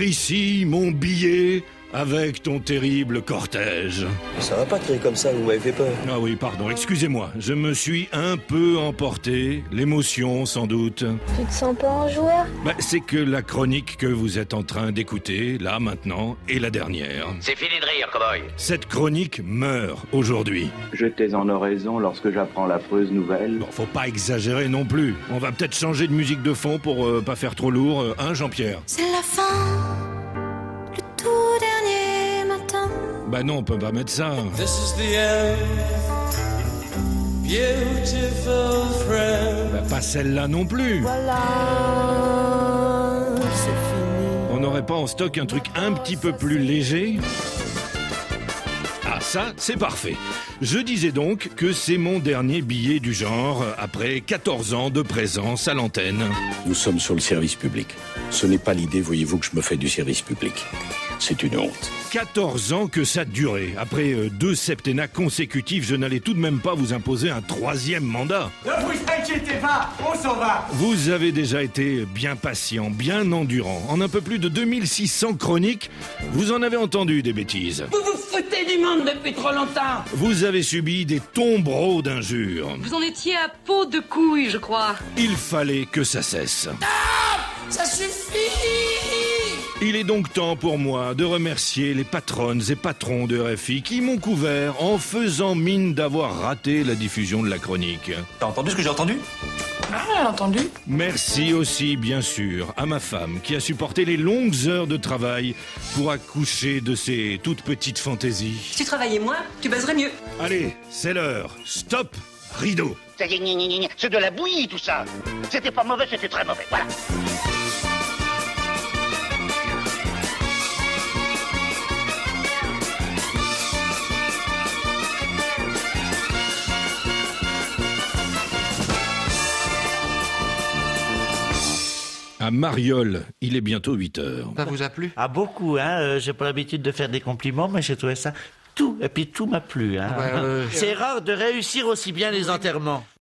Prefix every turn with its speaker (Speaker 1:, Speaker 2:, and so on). Speaker 1: ici mon billet avec ton terrible cortège.
Speaker 2: Ça va pas tirer comme ça, vous m'avez fait peur.
Speaker 1: Ah oui, pardon, excusez-moi, je me suis un peu emporté, l'émotion sans doute.
Speaker 3: Tu te sens pas en joueur
Speaker 1: Bah, c'est que la chronique que vous êtes en train d'écouter, là maintenant, est la dernière.
Speaker 4: C'est fini de rire, cowboy.
Speaker 1: Cette chronique meurt aujourd'hui.
Speaker 5: J'étais en oraison lorsque j'apprends l'affreuse nouvelle.
Speaker 1: Bon, faut pas exagérer non plus. On va peut-être changer de musique de fond pour euh, pas faire trop lourd, euh, hein Jean-Pierre
Speaker 6: C'est la fin, le tout dernier matin.
Speaker 1: Bah non, on peut pas mettre ça.
Speaker 7: This is the end, beautiful friend.
Speaker 1: Bah pas celle-là non plus. On n'aurait pas en stock un truc un petit peu plus léger Ah ça, c'est parfait. Je disais donc que c'est mon dernier billet du genre euh, après 14 ans de présence à l'antenne.
Speaker 8: Nous sommes sur le service public. Ce n'est pas l'idée, voyez-vous, que je me fais du service public. C'est une honte.
Speaker 1: 14 ans que ça durait. Après euh, deux septennats consécutifs, je n'allais tout de même pas vous imposer un troisième mandat.
Speaker 9: Ne vous inquiétez pas, on s'en va.
Speaker 1: Vous avez déjà été bien patient, bien endurant. En un peu plus de 2600 chroniques, vous en avez entendu des bêtises.
Speaker 10: Vous vous foutez du monde depuis trop longtemps
Speaker 1: Vous avez subi des tombereaux d'injures.
Speaker 11: Vous en étiez à peau de couille, je crois.
Speaker 1: Il fallait que ça cesse.
Speaker 7: Ça suffit
Speaker 1: Il est donc temps pour moi de remercier les patronnes et patrons de RFI qui m'ont couvert en faisant mine d'avoir raté la diffusion de la chronique.
Speaker 4: T'as entendu ce que j'ai entendu
Speaker 1: Merci aussi, bien sûr, à ma femme qui a supporté les longues heures de travail pour accoucher de ces toutes petites fantaisies.
Speaker 11: Si tu travaillais moins, tu baiserais mieux.
Speaker 1: Allez, c'est l'heure. Stop, rideau.
Speaker 4: Ça y est, gna, gna, gna, gna. C'est de la bouillie, tout ça. C'était pas mauvais, c'était très mauvais. Voilà.
Speaker 1: À Mariol, il est bientôt 8 heures.
Speaker 12: Ça vous a plu
Speaker 9: Ah, beaucoup, hein. euh, J'ai pas l'habitude de faire des compliments, mais j'ai trouvé ça tout. Et puis tout m'a plu, hein.
Speaker 12: Ouais, ouais, ouais.
Speaker 9: C'est rare de réussir aussi bien les enterrements.